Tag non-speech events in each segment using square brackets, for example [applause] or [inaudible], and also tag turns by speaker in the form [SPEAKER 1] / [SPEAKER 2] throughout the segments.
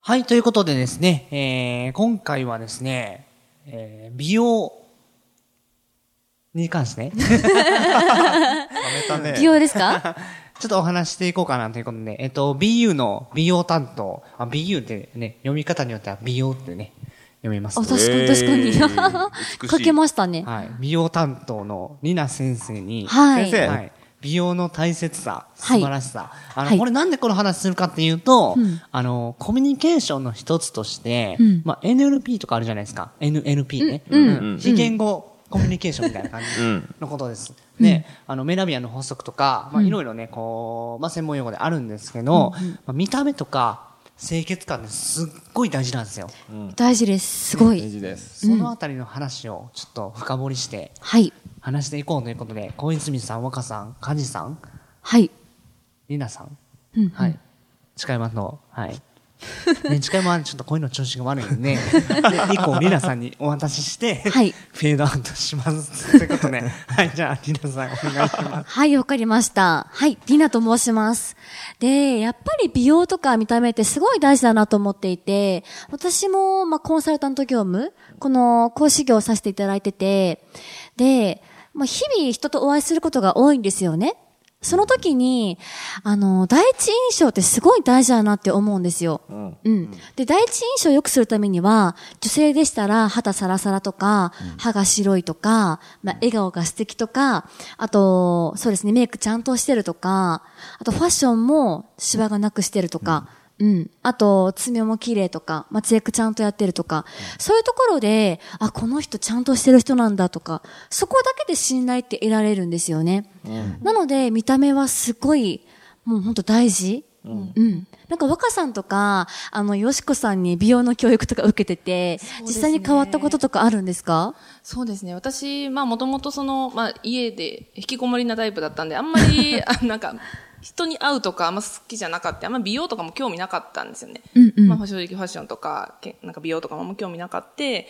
[SPEAKER 1] はい、ということでですね、えー、今回はですね、えー、美容に関して、ちょ
[SPEAKER 2] たね
[SPEAKER 3] 美容ですか
[SPEAKER 1] っとお話していこうかなということで、えっ、と、BU の美容担当、あ、BU ってね、読み方によっては美容ってね、読みます
[SPEAKER 3] [laughs] あ
[SPEAKER 1] ね
[SPEAKER 3] 確かに確かに、
[SPEAKER 2] えー美しい
[SPEAKER 3] かけましたね
[SPEAKER 1] はい、美容担当のリナ先生に、
[SPEAKER 3] は
[SPEAKER 2] 先
[SPEAKER 3] い
[SPEAKER 2] 生
[SPEAKER 1] はい美容の大切さ、
[SPEAKER 3] は
[SPEAKER 1] 素
[SPEAKER 3] い
[SPEAKER 1] 晴らしさ。あの、
[SPEAKER 3] はい
[SPEAKER 1] これなんでこの話するかっていうと、
[SPEAKER 3] うん
[SPEAKER 1] あの、コミュニケーションの一つとして、
[SPEAKER 3] うん
[SPEAKER 1] まあ、NLP とかあるじゃないですか。NLP ね。
[SPEAKER 3] うんうん
[SPEAKER 2] うん
[SPEAKER 1] 非言語コミュニケーションみたいな感じ
[SPEAKER 2] うん
[SPEAKER 1] のことです。で、あの、メラビアの法則とか、まあ、いろいろね、こう、まあ、専門用語であるんですけど、まあ、見た目とか、清潔感ってすっごい大事なんですよ。
[SPEAKER 3] 大事ですすご
[SPEAKER 2] 大
[SPEAKER 3] い
[SPEAKER 2] 事です。
[SPEAKER 1] そのあたりの話をちょっと深掘りして、
[SPEAKER 3] はい
[SPEAKER 1] 話していこうということで、小泉さん、若さん、梶さん、
[SPEAKER 3] はい
[SPEAKER 1] りなさん、
[SPEAKER 3] うんうん
[SPEAKER 1] はい、近山の、 [laughs] はい。ね、近山はちょっとこういうの調子が悪いん [laughs] で、で以降、りなさんにお渡しして、
[SPEAKER 3] はい
[SPEAKER 1] フェードアウトします。という [laughs] ことで、はい、じゃあ、りなさん、お願いします。
[SPEAKER 3] はい、わかりました。はい、リナと申します。で、やっぱり美容とか見た目ってすごい大事だなと思っていて、私も、まあ、コンサルタント業務、この講師業をさせていただいてて、で、まあ、日々人とお会いすることが多いんですよね。その時に、あの、第一印象ってすごい大事だなって思うんですよ。
[SPEAKER 2] うん。
[SPEAKER 3] うん。で、第一印象を良くするためには、女性でしたら肌サラサラとか、歯が白いとか、まあ、笑顔が素敵とか、あと、そうですね、メイクちゃんとしてるとか、あとファッションもシワがなくしてるとか、うん、あと、爪も綺麗とか、まあ、ツヤクちゃんとやってるとか、そういうところで、あ、この人ちゃんとしてる人なんだとか、そこだけで信頼って得られるんですよね。なので、見た目はすごい、もう本当大事。うん。なんか若さんとか、あの、よしこさんに美容の教育とか受けてて、
[SPEAKER 4] そうですね
[SPEAKER 3] 実際に変わったこととかあるんですか
[SPEAKER 4] そうですね。私、まあ、もともとその、まあ、家で引きこもりなタイプだったんで、あん
[SPEAKER 3] [laughs]
[SPEAKER 4] まり、あなんか、人に会うとかあんま好きじゃなかった。あんま美容とかも興味なかったんですよね。
[SPEAKER 3] うんうん
[SPEAKER 4] まあ、正直ファッションとか、けなんか美容とかもあんま興味なかった。で、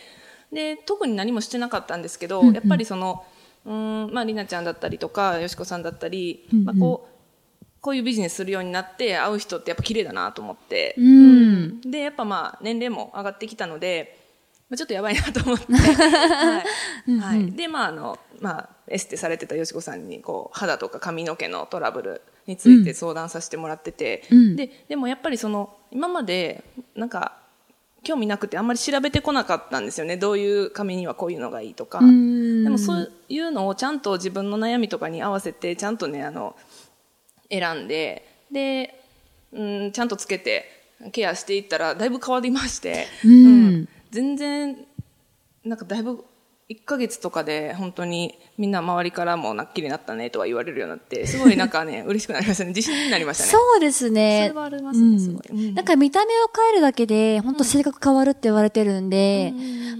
[SPEAKER 4] 特に何もしてなかったんですけど、やっぱりその、うーん、まあ、りなちゃんだったりとか、よしこさんだったり、まあ、こう、こういうビジネスするようになって、会う人ってやっぱ綺麗だなと思って、
[SPEAKER 3] うん。
[SPEAKER 4] で、やっぱまあ、年齢も上がってきたので、まあ、ちょっとやばいなと思
[SPEAKER 3] [laughs]
[SPEAKER 4] って。はい。はい、で、まあ、あの、まあ、エステされてたよしこさんに、こう、肌とか髪の毛のトラブルについて相談させてもらってて、
[SPEAKER 3] うん
[SPEAKER 4] で、でもやっぱりその、今まで、なんか、興味なくてあんまり調べてこなかったんですよね。どういう髪にはこういうのがいいとか。
[SPEAKER 3] うん
[SPEAKER 4] でもそういうのをちゃんと自分の悩みとかに合わせて、ちゃんとね、あの、選んで、で、うん、ちゃんとつけて、ケアしていったら、だいぶ変わりまして、
[SPEAKER 3] うん
[SPEAKER 4] 全然、なんかだいぶ、1ヶ月とかで、本当に、みんな周りからも、なっきりなったね、とは言われるようになって、すごいなん
[SPEAKER 3] [laughs]
[SPEAKER 4] かね、嬉しくなりましたね。自信になりましたね。
[SPEAKER 3] そうですね。
[SPEAKER 4] それはありますね
[SPEAKER 3] うん
[SPEAKER 4] すごいうん
[SPEAKER 3] なんか見た目を変えるだけで、本当性格変わるって言われてるんで、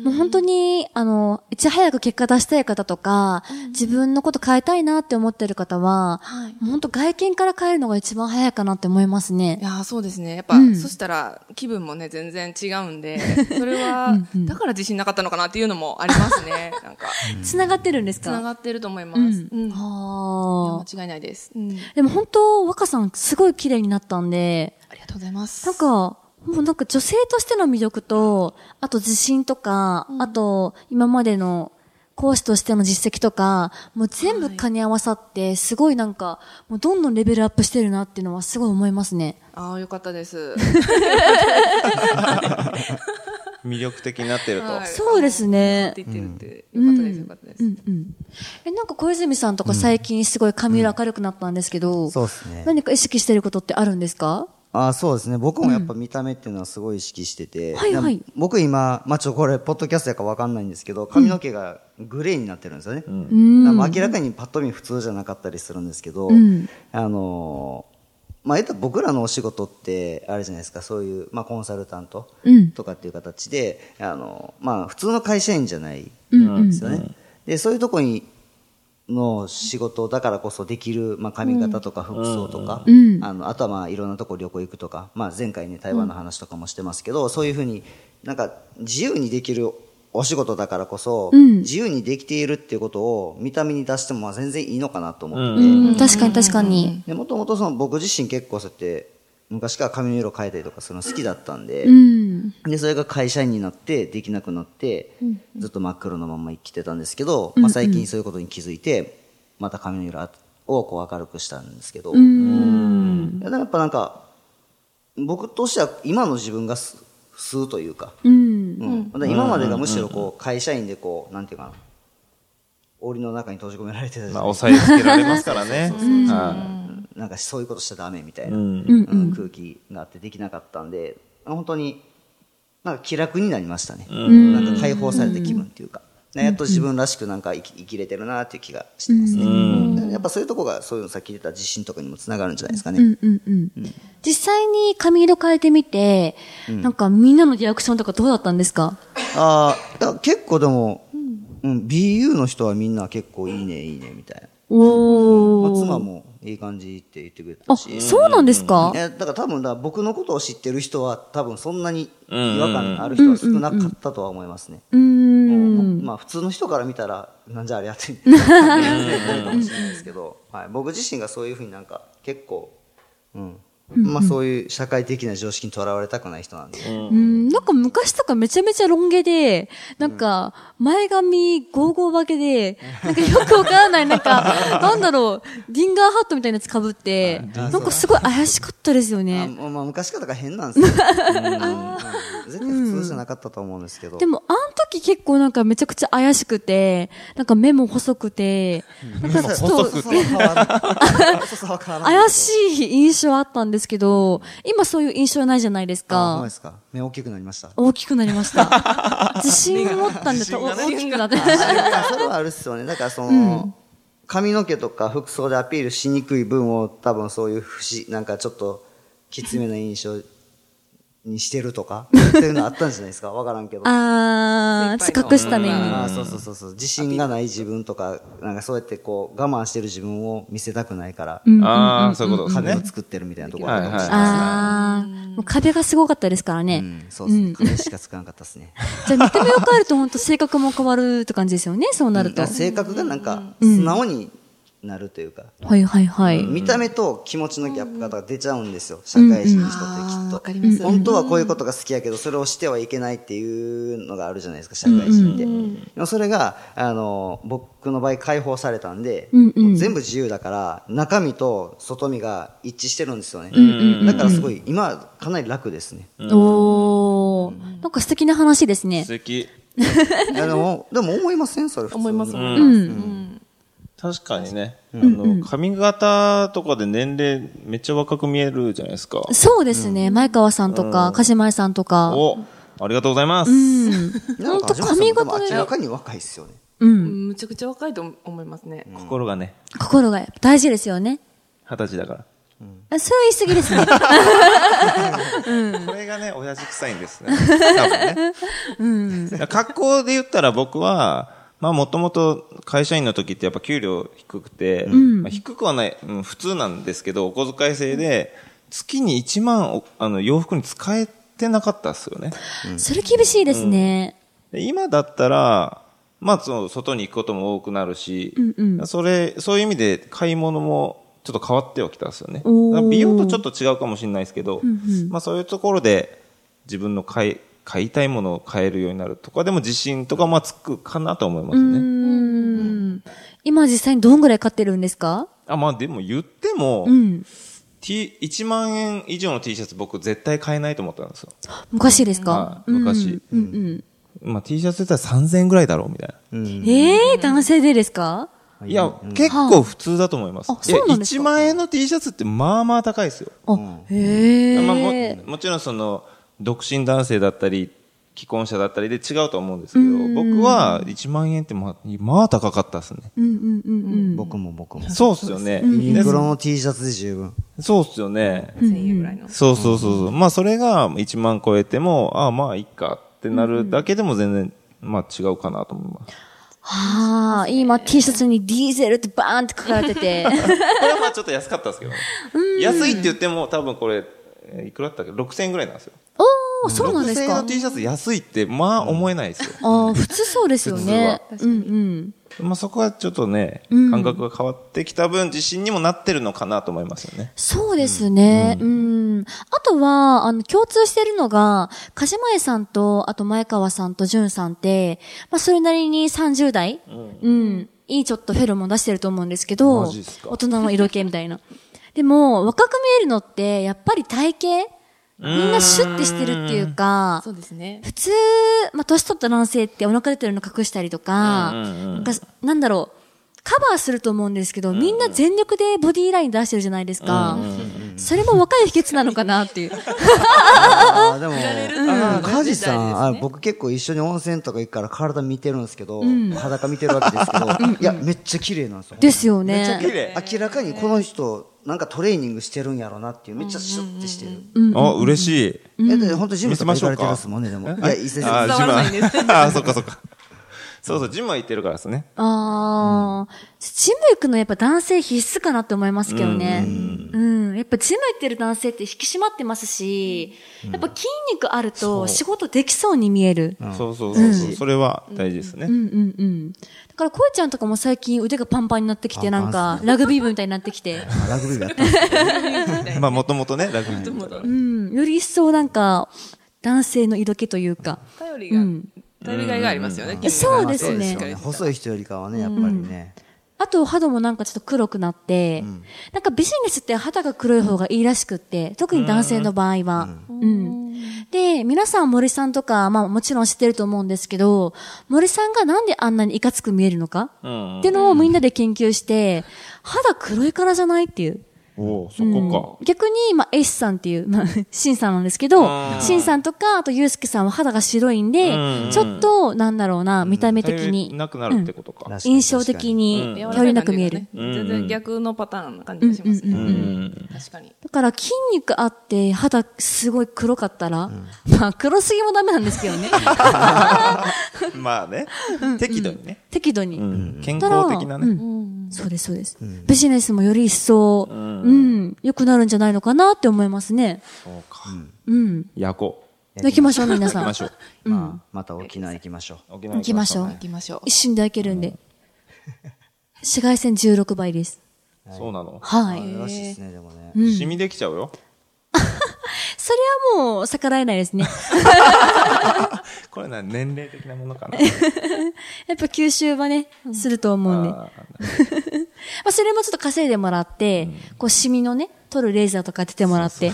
[SPEAKER 3] もう本当に、あの、いち早く結果出したい方とか、自分のこと変えたいなって思ってる方は、
[SPEAKER 4] はい
[SPEAKER 3] もう本当外見から変えるのが一番早いかなって思います
[SPEAKER 4] い
[SPEAKER 3] ね。
[SPEAKER 4] やーそうですね。やっぱ、
[SPEAKER 3] うん
[SPEAKER 4] そしたら気分もね、全然違う
[SPEAKER 3] [laughs]
[SPEAKER 4] んで、それは、だから自信なかったのかなっていうのもありますね。
[SPEAKER 3] [laughs]
[SPEAKER 4] なんか、
[SPEAKER 3] 繋がってるんです
[SPEAKER 4] つな
[SPEAKER 3] か
[SPEAKER 4] がってると思います。
[SPEAKER 3] う
[SPEAKER 4] うん
[SPEAKER 3] ん。
[SPEAKER 4] いや
[SPEAKER 3] はあ。
[SPEAKER 4] 間違いないです。うん
[SPEAKER 3] でも本当、若さんすごい綺麗になったんで、
[SPEAKER 4] ありがとうございます。
[SPEAKER 3] なんか、もうなんか女性としての魅力と、あと自信とか、あと今までの講師としての実績とか、もう全部兼ね合わさって、すごいなんか、もうどんどんレベルアップしてるなっていうのはすごい思いますね。
[SPEAKER 4] ああ、よかったです。
[SPEAKER 2] 魅力的になってると。
[SPEAKER 4] はい
[SPEAKER 3] そうですね
[SPEAKER 4] って言ってるって、よかったです、よかったです。
[SPEAKER 3] うんうん。え、なんか小泉さんとか最近すごい髪色明るくなったんですけど、
[SPEAKER 5] そうですね。
[SPEAKER 3] 何か意識してることってあるんですか
[SPEAKER 5] あそうですね。僕もやっぱ見た目っていうのはすごい意識してて。
[SPEAKER 3] はいはい
[SPEAKER 5] でも僕今、まあ、ちょ、これ、ポッドキャストやからわかんないんですけど、髪の毛がグレーになってるんですよね。だからまあ明らかにパッと見普通じゃなかったりするんですけど、
[SPEAKER 3] ん
[SPEAKER 5] あのーまあ、えっと僕らのお仕事って、あれじゃないですか、そういう、まあ、コンサルタント
[SPEAKER 3] うん
[SPEAKER 5] とかっていう形で、あの、まあ、普通の会社員じゃない
[SPEAKER 3] うんうん
[SPEAKER 5] ですよね。で、そういうとこに、の仕事だからこそできる、まあ、髪型とか服装とか、
[SPEAKER 3] うん
[SPEAKER 5] あの、あとはまあ、いろんなとこ旅行行くとか、まあ、前回ね、台湾の話とかもしてますけど、そういうふうになんか、自由にできるお仕事だからこそ、
[SPEAKER 3] うん
[SPEAKER 5] 自由にできているっていうことを見た目に出してもまあ全然いいのかなと思って、
[SPEAKER 3] うん、確かに確かに。
[SPEAKER 5] でもともとその僕自身結構そうやって昔から髪の色変えたりとかするの好きだったんで,、
[SPEAKER 3] うん。
[SPEAKER 5] でそれが会社員になってできなくなって、ずっと真っ黒のまま生きてたんですけど、まあ、最近そういうことに気づいてまた髪の色をこう明るくしたんですけど、
[SPEAKER 3] うん。
[SPEAKER 5] いやでもやっぱなんか僕としては今の自分がす吸うというか、
[SPEAKER 3] うん。
[SPEAKER 5] うんだから今までがむしろこう会社員でこうなんていうかな檻の中に閉じ込められてたじゃないです
[SPEAKER 2] ま
[SPEAKER 5] か
[SPEAKER 2] あ、抑えつけられますから [laughs] ね。は
[SPEAKER 5] なんかそういうことしちゃダメみたいな、
[SPEAKER 2] ん
[SPEAKER 5] うん空気があってできなかったんで本当になんか気楽になりましたね、なんか解放された気分っていうか、ねやっと自分らしくなんか生き生きれてるなっていう気がしてますね、やっぱそういうとこがそういうのさっき言った自信とかにもつながるんじゃないですかね、
[SPEAKER 3] うんうんうん。実際に髪色変えてみて、なんかみんなのリアクションとかどうだったんですか
[SPEAKER 5] ああだから結構でも、うん BU の人はみんな結構いいねいいねみたいな、まあ
[SPEAKER 3] おー。
[SPEAKER 5] 妻もいい感じって言ってくれた
[SPEAKER 3] あ、
[SPEAKER 5] し
[SPEAKER 3] そうなんですか
[SPEAKER 5] いやだから多分だから僕のことを知ってる人は多分そんなに違和感ある人は少なかったとは思いますね、
[SPEAKER 3] うーん。
[SPEAKER 5] まあ普通の人から見たらなんじゃありゃって
[SPEAKER 3] [laughs]
[SPEAKER 5] なるかもしれないですけど、はい、僕自身がそういうふうになんか結構、うんまあ、そういう社会的な常識にとらわれたくない人なんで、
[SPEAKER 3] うん、なんか昔とかめちゃめちゃロン毛で、なんか前髪ゴーゴー化けで、なんかよくわからない、なんか、なんだろう、リンガーハットみたいなやつ被って、なんかすごい怪しかったですよ
[SPEAKER 5] あ
[SPEAKER 3] ね。
[SPEAKER 5] まあまあ昔からだから変なんです
[SPEAKER 3] [laughs]
[SPEAKER 5] よ、うん絶対普通じゃなかったと思うんですけど、
[SPEAKER 3] でも、あの時結構なんかめちゃくちゃ怪しくて、なんか目も細くて、なんかちょっと、
[SPEAKER 5] そうそう変わらないそうそう変わらない
[SPEAKER 3] 怪しい印象あったんですけど、今そういう印象ないじゃないです
[SPEAKER 5] あそう
[SPEAKER 3] か
[SPEAKER 5] で。すか目大きくなりました
[SPEAKER 3] 大きくなりました。自信持ったんだと、お大きくなって。
[SPEAKER 5] まあそれはあるっすよね。だからその、髪の毛とか服装でアピールしにくい分を多分そういう不思なんかちょっときつめな印象にしてるとか、っていうのあったんじゃないですかわからんけど。
[SPEAKER 3] [laughs] あー、ちょっと隠したね。
[SPEAKER 5] あーそうそうそうそう。自信がない自分とか、なんかそうやってこう我慢してる自分を見せたくないから、
[SPEAKER 2] い。ああ、そういうことです
[SPEAKER 5] 壁
[SPEAKER 2] ね
[SPEAKER 5] を。作ってるみたいなところあるかもしれない。
[SPEAKER 3] あー、もう壁がすごかったですからね。
[SPEAKER 5] うん、そうですね。壁しかつかなかったですね。
[SPEAKER 3] じゃあ見た目を変えると本当性格も変わるって感じですよね、そうなると。
[SPEAKER 5] だから性格がなんか素直になるというか、
[SPEAKER 3] はいはいはい。
[SPEAKER 5] 見た目と気持ちのギャップが出ちゃうんですよ、社会人の人
[SPEAKER 4] あーわ
[SPEAKER 5] っ
[SPEAKER 4] かり
[SPEAKER 5] てき
[SPEAKER 4] ま
[SPEAKER 5] っ
[SPEAKER 4] す
[SPEAKER 5] と。本当はこういうことが好きやけど、それをしてはいけないっていうのがあるじゃないですか、社会人って。でもそれが、あの、僕の場合解放されたんで、
[SPEAKER 3] うんうん
[SPEAKER 5] もう全部自由だから、中身と外身が一致してるんですよね。だからすごい、今、かなり楽ですね。
[SPEAKER 3] おー、なんか素敵な話ですね
[SPEAKER 2] 素。敵。
[SPEAKER 5] いやでも、でも思いませんそれ普通に。
[SPEAKER 4] 思います
[SPEAKER 5] う
[SPEAKER 4] もん
[SPEAKER 5] ん
[SPEAKER 2] う
[SPEAKER 4] ね。
[SPEAKER 2] ん。
[SPEAKER 4] うん
[SPEAKER 2] 確かにね。あの、髪型とかで年齢めっちゃ若く見えるじゃないですか。
[SPEAKER 3] そうですね、前川さんとか、鹿島井さんとか。
[SPEAKER 2] お、ありがとうございます。
[SPEAKER 3] うん。
[SPEAKER 5] な
[SPEAKER 3] 本
[SPEAKER 5] んか
[SPEAKER 3] 当
[SPEAKER 5] 梶本さんも
[SPEAKER 3] 髪
[SPEAKER 5] でも
[SPEAKER 3] 型で
[SPEAKER 5] 明らかに若いっすよね。
[SPEAKER 3] うん。
[SPEAKER 4] むちゃくちゃ若いと思いますね。
[SPEAKER 2] 心がね、
[SPEAKER 3] 心がやっぱ大事ですよね。
[SPEAKER 2] 二十歳だから。
[SPEAKER 3] あそれは言い過ぎですね。
[SPEAKER 2] これがね、親父臭いんですね。多分ね。だから格好で言ったら僕は、まあもともと会社員の時ってやっぱ給料低くて、まあ低くはない、うん普通なんですけど、お小遣い制で、月に1万おあの洋服に使えてなかったっすよね。
[SPEAKER 3] それ厳しいですね。
[SPEAKER 2] で今だったら、まあ、その外に行くことも多くなるし、
[SPEAKER 3] うんう
[SPEAKER 2] それ、そういう意味で買い物もちょっと変わってはきたんですよね。だか
[SPEAKER 3] おー
[SPEAKER 2] ら美容とちょっと違うかもしれないですけど、まあ、そういうところで自分の買い、買いたいものを買えるようになるとかでも自信とかまあつくかなと思います
[SPEAKER 3] う
[SPEAKER 2] ね。
[SPEAKER 3] ん。今実際にどんぐらい買ってるんですか
[SPEAKER 2] あ、まあでも言っても、
[SPEAKER 3] うん。
[SPEAKER 2] T、1万円以上の T シャツ僕絶対買えないと思ったんですよ。
[SPEAKER 3] 昔です
[SPEAKER 2] ま
[SPEAKER 3] か
[SPEAKER 2] あ昔。
[SPEAKER 3] うんうん。
[SPEAKER 2] まあ T シャツだったら3000円ぐらいだろうみたいな。
[SPEAKER 3] ええー、男性でですか
[SPEAKER 2] いや、結構普通だと思います。
[SPEAKER 3] あそうなんですか
[SPEAKER 2] いや1万円の T シャツってまあまあ高いですよ。
[SPEAKER 3] あ、へえ。
[SPEAKER 2] まあ、ももちろんその、独身男性だったり、既婚者だったりで違うと思うんですけど、僕は1万円ってま、まあ高かったですね。
[SPEAKER 3] うんうんうんうん。
[SPEAKER 5] 僕も僕も。
[SPEAKER 2] そうっすよね。
[SPEAKER 5] ユニ
[SPEAKER 2] で
[SPEAKER 5] クロの T シャツで十分。
[SPEAKER 2] そうっすよね。
[SPEAKER 4] 1000円ぐらいの。
[SPEAKER 2] そうそうそうそう。まあそれが1万超えても、ああまあいいかってなるだけでも全然、まあ違うかなと思います。
[SPEAKER 3] はあ、今 T シャツにディーゼルってバーンって書かれてて。
[SPEAKER 2] これはまあちょっと安かったですけど。安いって言っても多分これ、えーいくらだったっけ ?6000 円ぐらいなんですよ。
[SPEAKER 3] おー、そうなんです
[SPEAKER 2] 6000円
[SPEAKER 3] か
[SPEAKER 2] の T シャツ安いって、まあ思えないですよ。
[SPEAKER 3] ああ、普通そうですよね。うんうん。
[SPEAKER 2] まあそこはちょっとね、
[SPEAKER 3] うん
[SPEAKER 2] 感覚が変わってきた分、自信にもなってるのかなと思いますよね。
[SPEAKER 3] そうですね。うん。あとは、あの、共通してるのが、鹿島江さんと、あと前川さんと淳さんって、まあ、それなりに30代、うん、いいちょっとフェロモン出してると思うんですけど、
[SPEAKER 2] マジっすか
[SPEAKER 3] 大人の色気みたいな。でも、若く見えるのって、やっぱり体型みんなシュッてしてるっていうか、
[SPEAKER 4] そうですね。
[SPEAKER 3] 普通、まあ、年取った男性ってお腹出てるの隠したりとか、
[SPEAKER 2] うんうんうん
[SPEAKER 3] なんかなんだろう、カバーすると思うんですけど、みんな全力でボディーライン出してるじゃないですか。それも若い秘訣なのかなっていう。
[SPEAKER 5] ああ、でも、
[SPEAKER 4] ああ
[SPEAKER 5] 梶さ
[SPEAKER 4] 大事
[SPEAKER 5] ん、
[SPEAKER 4] です
[SPEAKER 5] あ
[SPEAKER 4] ね
[SPEAKER 5] 僕結構一緒に温泉とか行くから体見てるんですけど、裸見てるわけですけど、いや、めっちゃ綺麗なんですよ。
[SPEAKER 3] ですよ
[SPEAKER 5] めっちゃ綺
[SPEAKER 3] ね。
[SPEAKER 5] 麗。明らかにこの人、なんかトレーニングしてるんやろなっていう、めっちゃシュッてしてる。
[SPEAKER 2] あ、嬉しい。
[SPEAKER 5] え、で、本当ジム
[SPEAKER 2] 見せ
[SPEAKER 5] とか
[SPEAKER 2] ま
[SPEAKER 5] 行
[SPEAKER 2] しょ
[SPEAKER 5] か
[SPEAKER 2] う
[SPEAKER 5] れて
[SPEAKER 2] か。
[SPEAKER 5] ますもんね、でも。い
[SPEAKER 2] え
[SPEAKER 5] や、伊勢
[SPEAKER 2] あ
[SPEAKER 5] 先
[SPEAKER 4] 伝わらないです
[SPEAKER 2] ジムは [laughs] あ、そっかそっか。そうそう、ジムは行ってるからですね。
[SPEAKER 3] ああ、ジム行くのやっぱ男性必須かなって思いますけどね。うん。やっぱジム行ってる男性って引き締まってますし、やっぱ筋肉あると仕事できそうに見える。
[SPEAKER 2] そうそうそうそう。それは大事です
[SPEAKER 3] う
[SPEAKER 2] ね。
[SPEAKER 3] んうんうん。だから、こえちゃんとかも最近腕がパンパンになってきて、
[SPEAKER 5] パンパ
[SPEAKER 3] な
[SPEAKER 5] ン
[SPEAKER 3] んか、ラグビー部みたいになってきて、
[SPEAKER 5] 生ラグビー部やったんですよ
[SPEAKER 2] まあもともとね、ラグビーだから。
[SPEAKER 3] うん、より一層なんか、男性の色気というか。
[SPEAKER 4] 頼りが、頼りがいがありますよね。筋肉
[SPEAKER 3] そうです
[SPEAKER 5] そうですよ
[SPEAKER 3] ね。
[SPEAKER 5] ね。細い人よりかはね、やっぱりね。
[SPEAKER 3] あと、肌もなんかちょっと黒くなって、なんかビジネスって肌が黒い方がいいらしくって、特に男性の場合は。うん。で、皆さん森さんとか、まあもちろん知ってると思うんですけど、森さんがなんであんなにいかつく見えるのか
[SPEAKER 2] うん
[SPEAKER 3] ってのをみんなで研究して、肌黒いからじゃないっていう。
[SPEAKER 2] おおそこ
[SPEAKER 3] 逆に、まあ、エシさんっていう、まあ、 [laughs] シンさんなんですけど、
[SPEAKER 2] ん
[SPEAKER 3] シンさんとか、あとユウスケさんは肌が白いんで
[SPEAKER 2] うん、
[SPEAKER 3] ちょっと、なんだろうな、見た目
[SPEAKER 2] か。
[SPEAKER 3] 的に、
[SPEAKER 2] なくなるってことか。
[SPEAKER 3] 印象的に、
[SPEAKER 4] 柔らか
[SPEAKER 3] よ
[SPEAKER 4] い
[SPEAKER 3] り
[SPEAKER 4] 感
[SPEAKER 3] な
[SPEAKER 4] じ
[SPEAKER 3] く見え
[SPEAKER 4] が
[SPEAKER 3] る
[SPEAKER 4] ね。全然逆のパターンな感じがします
[SPEAKER 3] うんうん
[SPEAKER 2] う
[SPEAKER 4] ね。
[SPEAKER 2] ん。
[SPEAKER 4] 確かに。
[SPEAKER 3] だから、筋肉あって、肌すごい黒かったら、まあ、黒すぎもダメなんですけどね。
[SPEAKER 2] まあね。適度にね。
[SPEAKER 3] 適度に。
[SPEAKER 2] うん健康的な
[SPEAKER 3] う
[SPEAKER 2] ね。
[SPEAKER 3] んそうです、そうです。ビジネスもより一層、うん、良くなるんじゃないのかなって思いますね。
[SPEAKER 2] そうか。
[SPEAKER 3] うん。
[SPEAKER 2] 夜行。
[SPEAKER 3] 行きましょう、皆
[SPEAKER 2] 行
[SPEAKER 3] さ
[SPEAKER 2] き
[SPEAKER 3] ん
[SPEAKER 2] ま。しょう。
[SPEAKER 5] まあ、また沖縄行きましょう。
[SPEAKER 2] 沖縄
[SPEAKER 3] 行きましょう
[SPEAKER 4] 行。きましょう
[SPEAKER 3] 一。瞬で開けるんで。紫外線16倍です。
[SPEAKER 2] そうなの。
[SPEAKER 3] はい。
[SPEAKER 5] よろしいですね、でもね。
[SPEAKER 2] 染みできちゃうよ。
[SPEAKER 3] それはもう逆らえないです
[SPEAKER 2] [laughs]
[SPEAKER 3] ね。
[SPEAKER 2] これな、年齢的なものかな。
[SPEAKER 3] やっぱ吸収はね、すると思うんで。ま
[SPEAKER 2] あ
[SPEAKER 3] あそれもちょっと稼いでもらって、こうシミのね、取るレーザーとか当ててもらって。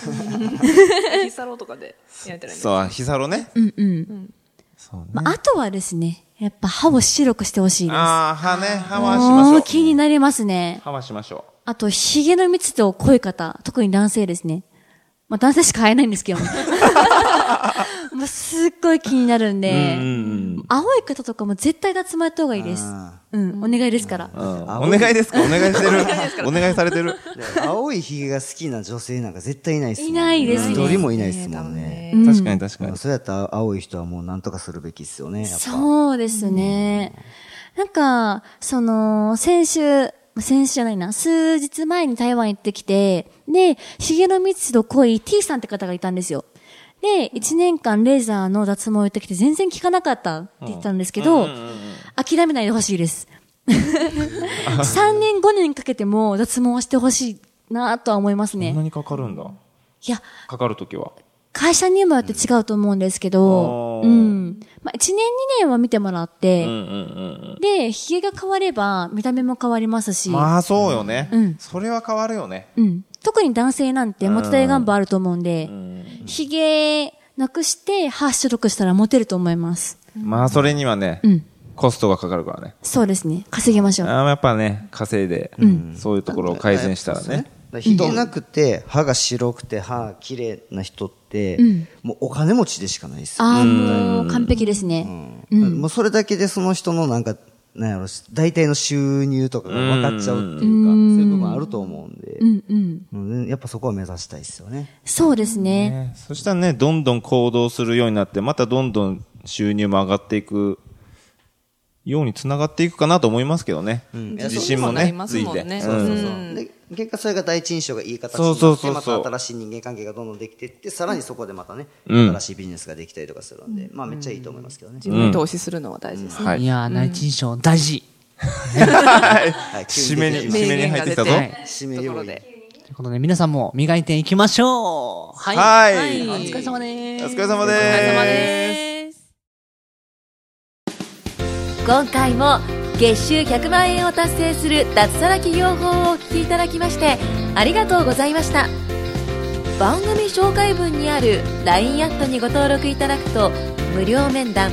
[SPEAKER 4] ヒサロとかでやって
[SPEAKER 2] ー
[SPEAKER 4] ない
[SPEAKER 2] そうあ、ヒサロね。
[SPEAKER 3] うんうん。
[SPEAKER 2] そうね。
[SPEAKER 3] まああとはですね、やっぱ歯を白くしてほしいです。
[SPEAKER 2] ああ、歯ね、歯はしましょ
[SPEAKER 3] もう
[SPEAKER 2] う。
[SPEAKER 3] 気になりますね。
[SPEAKER 2] 歯はしましょ
[SPEAKER 3] あと、髭の密度濃い方、特に男性ですね。まあ男性しか生えないんですけども。もうすっごい気になるん
[SPEAKER 2] う。
[SPEAKER 3] で。
[SPEAKER 2] ん
[SPEAKER 3] 青い方とかも絶対脱毛やった方がいいです。
[SPEAKER 5] あ
[SPEAKER 3] うん、お願いですから。
[SPEAKER 2] うん。お
[SPEAKER 5] 青い
[SPEAKER 2] 願いですかお願いしてる。お願いされてる。
[SPEAKER 5] で青いひげが好きな女性なんか絶対いないっすもんね
[SPEAKER 3] いないですね
[SPEAKER 5] 一人もいないっすもんね。
[SPEAKER 3] うん
[SPEAKER 2] 確かに確か
[SPEAKER 5] ま
[SPEAKER 2] に
[SPEAKER 5] あ。そうやったら青い人はもう何とかするべきっすよね、やっぱ。
[SPEAKER 3] そうですね。なんか、その、先週、先週じゃないな、数日前に台湾行ってきて、で、髭の密度濃い T さんって方がいたんですよ。で、1年間レーザーの脱毛をやってきて全然効かなかったって言ったんですけど、諦めないでほしいです。3年5年か [laughs] けても脱毛はしてほしいなとは思います
[SPEAKER 2] そんな
[SPEAKER 3] ね。
[SPEAKER 2] にかかるんだ。
[SPEAKER 3] いや、
[SPEAKER 2] かかるときは。
[SPEAKER 3] 会社にもよって違うと思うんですけど、
[SPEAKER 2] う
[SPEAKER 3] うんん。まあ、1年2年は見てもらって、
[SPEAKER 2] うんうんうん
[SPEAKER 3] で、髭が変われば見た目も変わります
[SPEAKER 2] う
[SPEAKER 3] し、
[SPEAKER 2] ん。まあそうよね
[SPEAKER 3] うん。
[SPEAKER 2] それは変わるよね。
[SPEAKER 3] うん、特に男性なんてモテたい願望あると思うんで、髭なくして歯白くしたらモテると思います。
[SPEAKER 2] まあそれにはね
[SPEAKER 3] うん、
[SPEAKER 2] コストがかかるからね。
[SPEAKER 3] そうですね。稼ぎましょう。
[SPEAKER 2] あーやっぱね、稼いで、そういうところを改善したらね。
[SPEAKER 5] ひどなくて、歯が白くて、歯綺麗な人っって、
[SPEAKER 3] うん
[SPEAKER 5] もうお金持ちでしかないですよ。
[SPEAKER 3] ああ、もう完璧ですね。
[SPEAKER 5] う
[SPEAKER 3] うんん。
[SPEAKER 5] もうそれだけでその人のなんか、なんやろ、大体の収入とかが分かっちゃうっていうか、そういう部分あると思うんで
[SPEAKER 3] う、んうん。
[SPEAKER 5] うんやっぱそこは目指したいですよね。
[SPEAKER 3] そうですね。
[SPEAKER 2] ねそしたらね、どんどん行動するようになって、またどんどん収入も上がっていくようにつながっていくかなと思いますけどね。自信もね、ついて。
[SPEAKER 4] そう
[SPEAKER 2] うん
[SPEAKER 4] そうそう。
[SPEAKER 5] で結果それが第一印象がいい形に
[SPEAKER 2] そ
[SPEAKER 5] な
[SPEAKER 2] う
[SPEAKER 5] っ
[SPEAKER 2] そう
[SPEAKER 5] て
[SPEAKER 2] そう
[SPEAKER 5] ま
[SPEAKER 2] そう
[SPEAKER 5] た新しい人間関係がどんどんできていってさらにそこでまたね、
[SPEAKER 2] うん
[SPEAKER 5] 新しいビジネスができたりとかするんで、まあめっちゃいいと思いますけどね、
[SPEAKER 4] 自分に投資するのは大事ですね。
[SPEAKER 2] はい
[SPEAKER 1] いやー、第一印象大事。
[SPEAKER 5] はい
[SPEAKER 2] 締めに、
[SPEAKER 5] 急
[SPEAKER 2] 締
[SPEAKER 5] 出て
[SPEAKER 4] 名
[SPEAKER 2] めに
[SPEAKER 4] 言
[SPEAKER 2] 入っ
[SPEAKER 4] が
[SPEAKER 2] てき
[SPEAKER 4] 出
[SPEAKER 2] たぞ。
[SPEAKER 1] はい
[SPEAKER 5] 締め
[SPEAKER 4] とこ
[SPEAKER 5] よ
[SPEAKER 4] ろ
[SPEAKER 5] う
[SPEAKER 4] で。
[SPEAKER 1] ということで、皆さんも磨いていきましょう。はい。
[SPEAKER 2] はい
[SPEAKER 1] お疲れ様で
[SPEAKER 2] お
[SPEAKER 1] す。
[SPEAKER 2] 疲れ様です。
[SPEAKER 4] お疲れ様です。
[SPEAKER 6] 今回も月収100万円を達成する脱サラ企業法をお聞きいただきましてありがとうございました番組紹介文にある LINE アットにご登録いただくと無料面談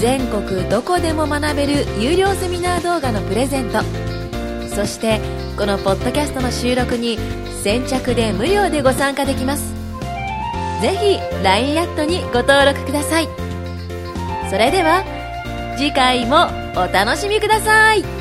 [SPEAKER 6] 全国どこでも学べる有料セミナー動画のプレゼントそしてこのポッドキャストの収録に先着で無料でご参加できますぜひ LINE アットにご登録くださいそれでは次回もお楽しみください